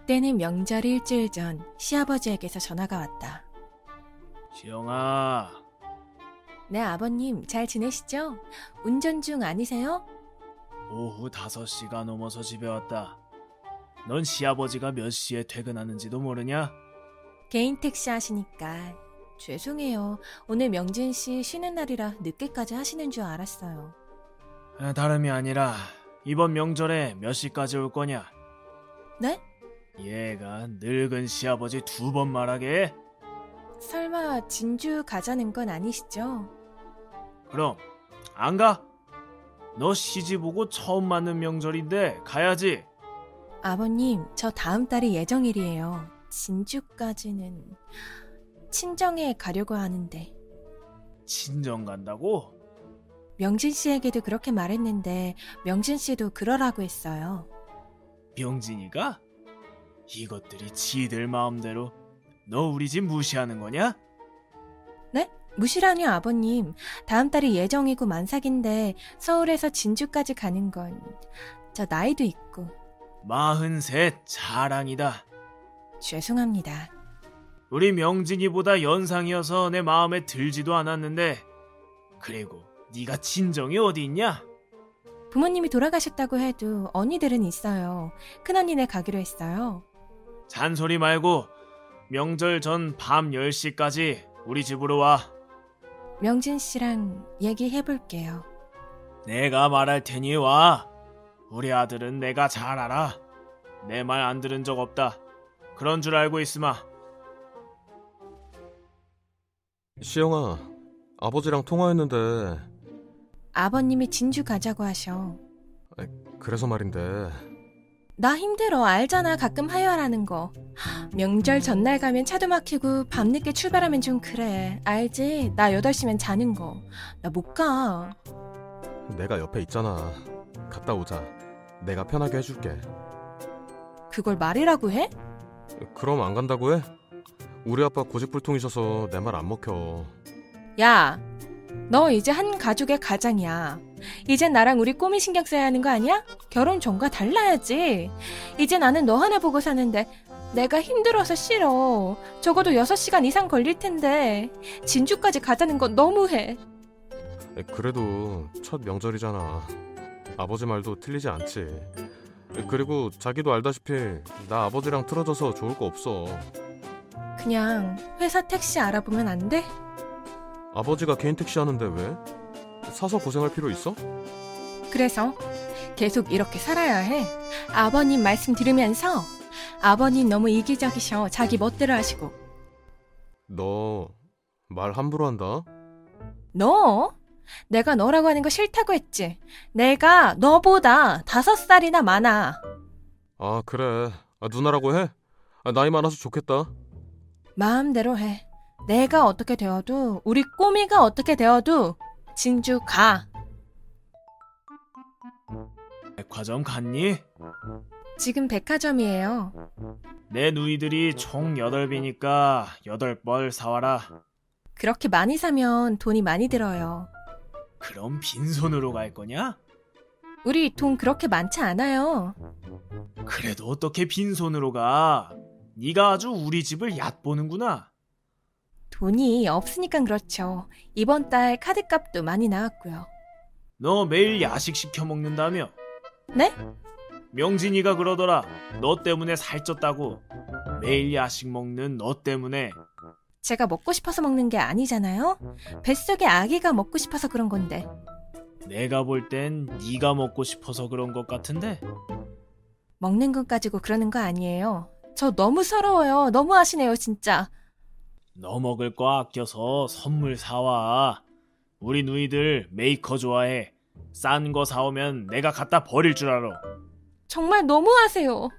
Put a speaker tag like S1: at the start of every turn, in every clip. S1: 그때는 명절 일주일 전 시아버지에게서 전화가 왔다.
S2: 시영아,
S1: 네, 아버님, 잘 지내시죠? 운전 중 아니세요?
S2: 오후 5시가 넘어서 집에 왔다. 넌 시아버지가 몇 시에 퇴근하는지도 모르냐?
S1: 개인 택시 하시니까. 죄송해요. 오늘 명진 씨 쉬는 날이라 늦게까지 하시는 줄 알았어요.
S2: 아, 다름이 아니라 이번 명절에 몇 시까지 올 거냐?
S1: 네?
S2: 얘가 늙은 시아버지 두 번 말하게 해?
S1: 설마 진주 가자는 건 아니시죠?
S2: 그럼 안 가? 너 시집 오고 처음 맞는 명절인데 가야지.
S1: 아버님, 저 다음 달이 예정일이에요. 진주까지는 친정에 가려고 하는데
S2: 친정 간다고?
S1: 명진 씨에게도 그렇게 말했는데 명진 씨도 그러라고 했어요.
S2: 병진이가? 이것들이 지들 마음대로 너 우리 집 무시하는 거냐?
S1: 무시라뇨 아버님. 다음 달이 예정이고 만삭인데 서울에서 진주까지 가는 건 저 나이도 있고
S2: 마흔셋 자랑이다.
S1: 죄송합니다.
S2: 우리 명진이보다 연상이어서 내 마음에 들지도 않았는데 그리고 네가 친정이 어디 있냐?
S1: 부모님이 돌아가셨다고 해도 언니들은 있어요. 큰언니네 가기로 했어요.
S2: 잔소리 말고 명절 전 밤 10시까지 우리 집으로 와.
S1: 명진 씨랑 얘기해볼게요.
S2: 내가 말할 테니 와. 우리 아들은 내가 잘 알아. 내 말 안 들은 적 없다. 그런 줄 알고 있으마.
S3: 시영아, 아버지랑 통화했는데
S1: 아버님이 진주 가자고 하셔.
S3: 그래서 말인데
S1: 나 힘들어 알잖아 가끔 하혈하는 거 명절 전날 가면 차도 막히고 밤늦게 출발하면 좀 그래 알지 나 8시면 자는 거 나 못가
S3: 내가 옆에 있잖아. 갔다 오자. 내가 편하게 해줄게.
S1: 그걸 말이라고 해?
S3: 그럼 안 간다고 해? 우리 아빠 고집불통이셔서 내 말 안 먹혀.
S1: 야 너 이제 한 가족의 가장이야 이젠 나랑 우리 꼬미 신경 써야 하는 거 아니야? 결혼 전과 달라야지 이제 나는 너 하나 보고 사는데 내가 힘들어서 싫어 적어도 6시간 이상 걸릴 텐데 진주까지 가자는 건 너무해
S3: 그래도 첫 명절이잖아. 아버지 말도 틀리지 않지. 그리고 자기도 알다시피 나 아버지랑 틀어져서 좋을 거 없어.
S1: 그냥 회사 택시 알아보면 안 돼?
S3: 아버지가 개인 택시 하는데 왜? 사서 고생할 필요 있어?
S1: 그래서 계속 이렇게 살아야 해. 아버님 말씀 들으면서 아버님 너무 이기적이셔. 자기 멋대로 하시고.
S3: 너 말 함부로 한다.
S1: 너? 내가 너라고 하는 거 싫다고 했지. 내가 너보다 다섯 살이나 많아.
S3: 아 그래 아, 누나라고 해 아, 나이 많아서 좋겠다
S1: 마음대로 해. 내가 어떻게 되어도 우리 꼬미가 어떻게 되어도 진주 가.
S2: 백화점 갔니?
S1: 지금 백화점이에요.
S2: 내 누이들이 총 8비니까 8벌 사와라.
S1: 그렇게 많이 사면 돈이 많이 들어요.
S2: 그럼 빈손으로 갈 거냐?
S1: 우리 돈 그렇게 많지 않아요.
S2: 그래도 어떻게 빈손으로 가? 네가 아주 우리 집을 얕보는구나.
S1: 돈이 없으니까 그렇죠. 이번 달 카드값도 많이 나왔고요.
S2: 너 매일 야식 시켜 먹는다며?
S1: 네?
S2: 명진이가 그러더라. 너 때문에 살쪘다고. 매일 야식 먹는 너 때문에
S1: 제가 먹고 싶어서 먹는 게 아니잖아요. 뱃속에 아기가 먹고 싶어서 그런 건데.
S2: 내가 볼 땐 네가 먹고 싶어서 그런 것 같은데.
S1: 먹는 것 가지고 그러는 거 아니에요. 저 너무 서러워요. 너무 하시네요, 진짜.
S2: 너 먹을 거 아껴서 선물 사와. 우리 누이들 메이커 좋아해. 싼 거 사오면 내가 갖다 버릴 줄 알아.
S1: 정말 너무 하세요.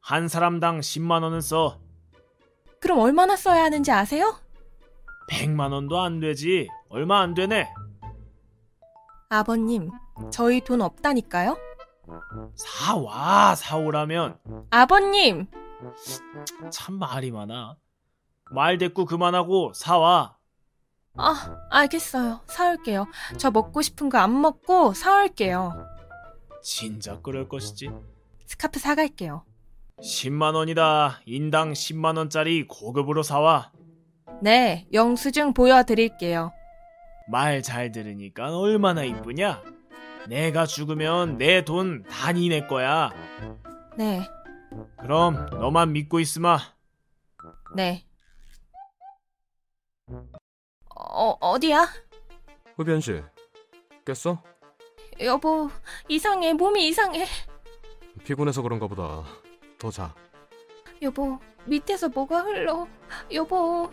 S2: 한 사람당 10만 원은 써.
S1: 그럼 얼마나 써야 하는지 아세요?
S2: 100만 원도 안 되지. 얼마 안 되네.
S1: 아버님, 저희 돈 없다니까요?
S2: 사와 사오라면
S1: 아버님!
S2: 참 말이 많아. 말 대꾸 그만하고 사와.
S1: 아, 알겠어요. 사올게요. 저 먹고 싶은 거 안 먹고 사올게요.
S2: 진작 그럴 것이지.
S1: 스카프 사갈게요.
S2: 10만 원이다. 인당 10만 원짜리 고급으로 사와.
S1: 네, 영수증 보여드릴게요.
S2: 말 잘 들으니까 얼마나 이쁘냐? 내가 죽으면 내 돈 다 니네 거야.
S1: 네,
S2: 그럼 너만 믿고 있으마.
S1: 네. 어, 어디야?
S3: 흡연 씨, 깼어?
S1: 여보, 이상해. 몸이 이상해.
S3: 피곤해서 그런가 보다. 더 자.
S1: 여보, 밑에서 뭐가 흘러. 여보,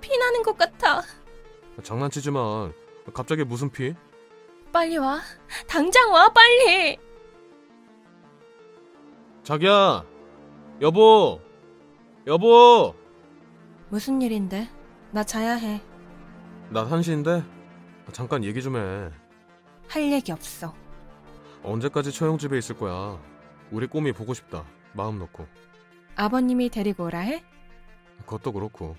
S1: 피나는 것 같아.
S3: 장난치지 마. 갑자기 무슨 피?
S1: 빨리 와. 당장 와, 빨리.
S3: 자기야, 여보, 여보.
S1: 무슨 일인데? 나 자야 해.
S3: 나 한시인데 아, 잠깐 얘기 좀 해.
S1: 할 얘기 없어.
S3: 언제까지 처형 집에 있을 거야? 우리 꼬미 보고 싶다. 마음 놓고.
S1: 아버님이 데리고 오라 해?
S3: 그것도 그렇고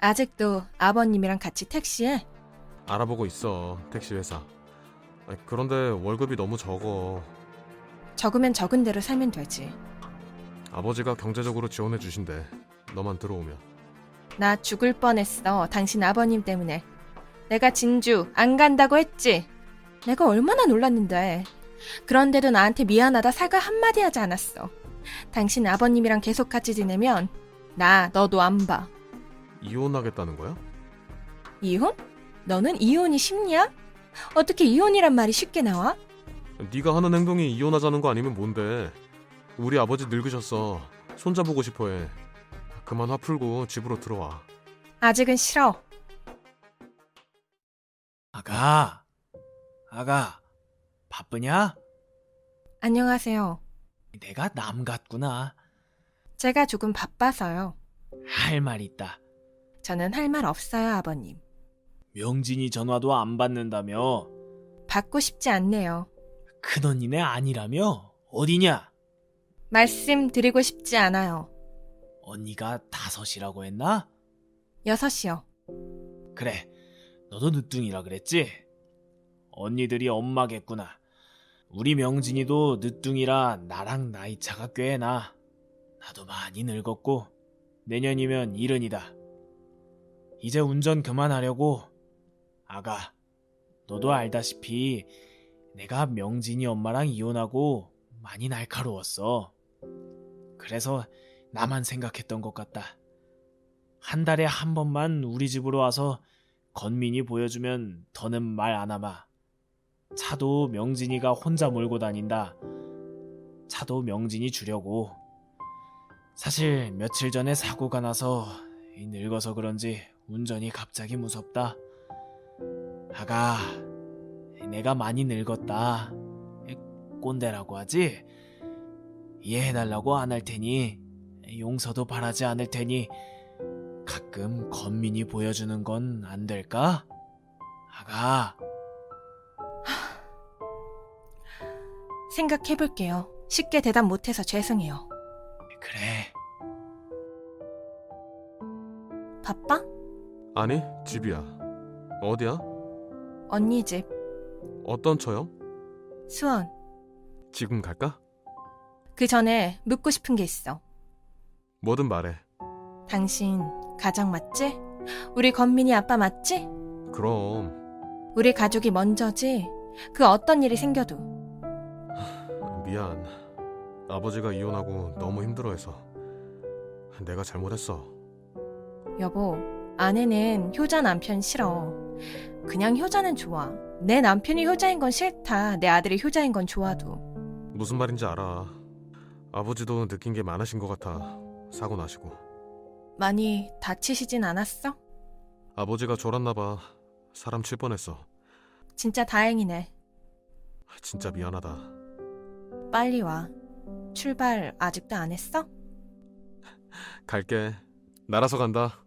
S1: 아직도 아버님이랑 같이 택시에?
S3: 알아보고 있어 택시 회사. 아니, 그런데 월급이 너무 적어.
S1: 적으면 적은 대로 살면 되지.
S3: 아버지가 경제적으로 지원해 주신대. 너만 들어오면.
S1: 나 죽을 뻔했어. 당신 아버님 때문에. 내가 진주 안 간다고 했지. 내가 얼마나 놀랐는데. 그런데도 나한테 미안하다 사과 한마디 하지 않았어. 당신 아버님이랑 계속 같이 지내면 나 너도 안 봐.
S3: 이혼하겠다는 거야?
S1: 이혼? 너는 이혼이 쉽냐? 어떻게 이혼이란 말이 쉽게 나와?
S3: 네가 하는 행동이 이혼하자는 거 아니면 뭔데? 우리 아버지 늙으셨어. 손자 보고 싶어해. 그만 화 풀고 집으로 들어와.
S1: 아직은 싫어.
S2: 아가, 아가, 바쁘냐?
S1: 안녕하세요.
S2: 내가 남 같구나.
S1: 제가 조금 바빠서요.
S2: 할 말 있다.
S1: 저는 할 말 없어요, 아버님.
S2: 명진이 전화도 안 받는다며.
S1: 받고 싶지 않네요.
S2: 큰언니네 아니라며? 어디냐?
S1: 말씀드리고 싶지 않아요.
S2: 언니가 다섯이라고 했나?
S1: 여섯 시요
S2: 그래, 너도 늦둥이라 그랬지? 언니들이 엄마겠구나. 우리 명진이도 늦둥이라 나랑 나이 차가 꽤 나. 나도 많이 늙었고, 내년이면 이른이다. 이제 운전 그만하려고. 아가, 너도 알다시피 내가 명진이 엄마랑 이혼하고 많이 날카로웠어. 그래서 나만 생각했던 것 같다. 한 달에 한 번만 우리 집으로 와서 건민이 보여주면 더는 말 안 하마. 차도 명진이가 혼자 몰고 다닌다. 차도 명진이 주려고. 사실 며칠 전에 사고가 나서 이 늙어서 그런지 운전이 갑자기 무섭다. 아가, 내가 많이 늙었다. 꼰대라고 하지? 이해해달라고 안 할 테니, 용서도 바라지 않을 테니, 가끔 건민이 보여주는 건 안 될까? 아가,
S1: 생각해볼게요. 쉽게 대답 못해서 죄송해요.
S2: 그래.
S1: 바빠?
S3: 아니 집이야. 어디야?
S1: 언니 집,
S3: 어떤 처형?
S1: 수원.
S3: 지금 갈까?
S1: 그 전에 묻고 싶은 게 있어.
S3: 뭐든 말해.
S1: 당신 가장 맞지? 우리 건민이 아빠 맞지?
S3: 그럼
S1: 우리 가족이 먼저지? 그 어떤 일이 생겨도.
S3: 미안. 아버지가 이혼하고 너무 힘들어해서 내가 잘못했어.
S1: 여보, 아내는 효자 남편 싫어. 그냥 효자는 좋아. 내 남편이 효자인 건 싫다. 내 아들이 효자인 건 좋아도.
S3: 무슨 말인지 알아. 아버지도 느낀 게 많으신 것 같아. 사고 나시고.
S1: 많이 다치시진 않았어?
S3: 아버지가 졸았나 봐. 사람 칠 뻔했어.
S1: 진짜 다행이네.
S3: 진짜 미안하다.
S1: 빨리 와. 출발 아직도 안 했어?
S3: 갈게. 날아서 간다.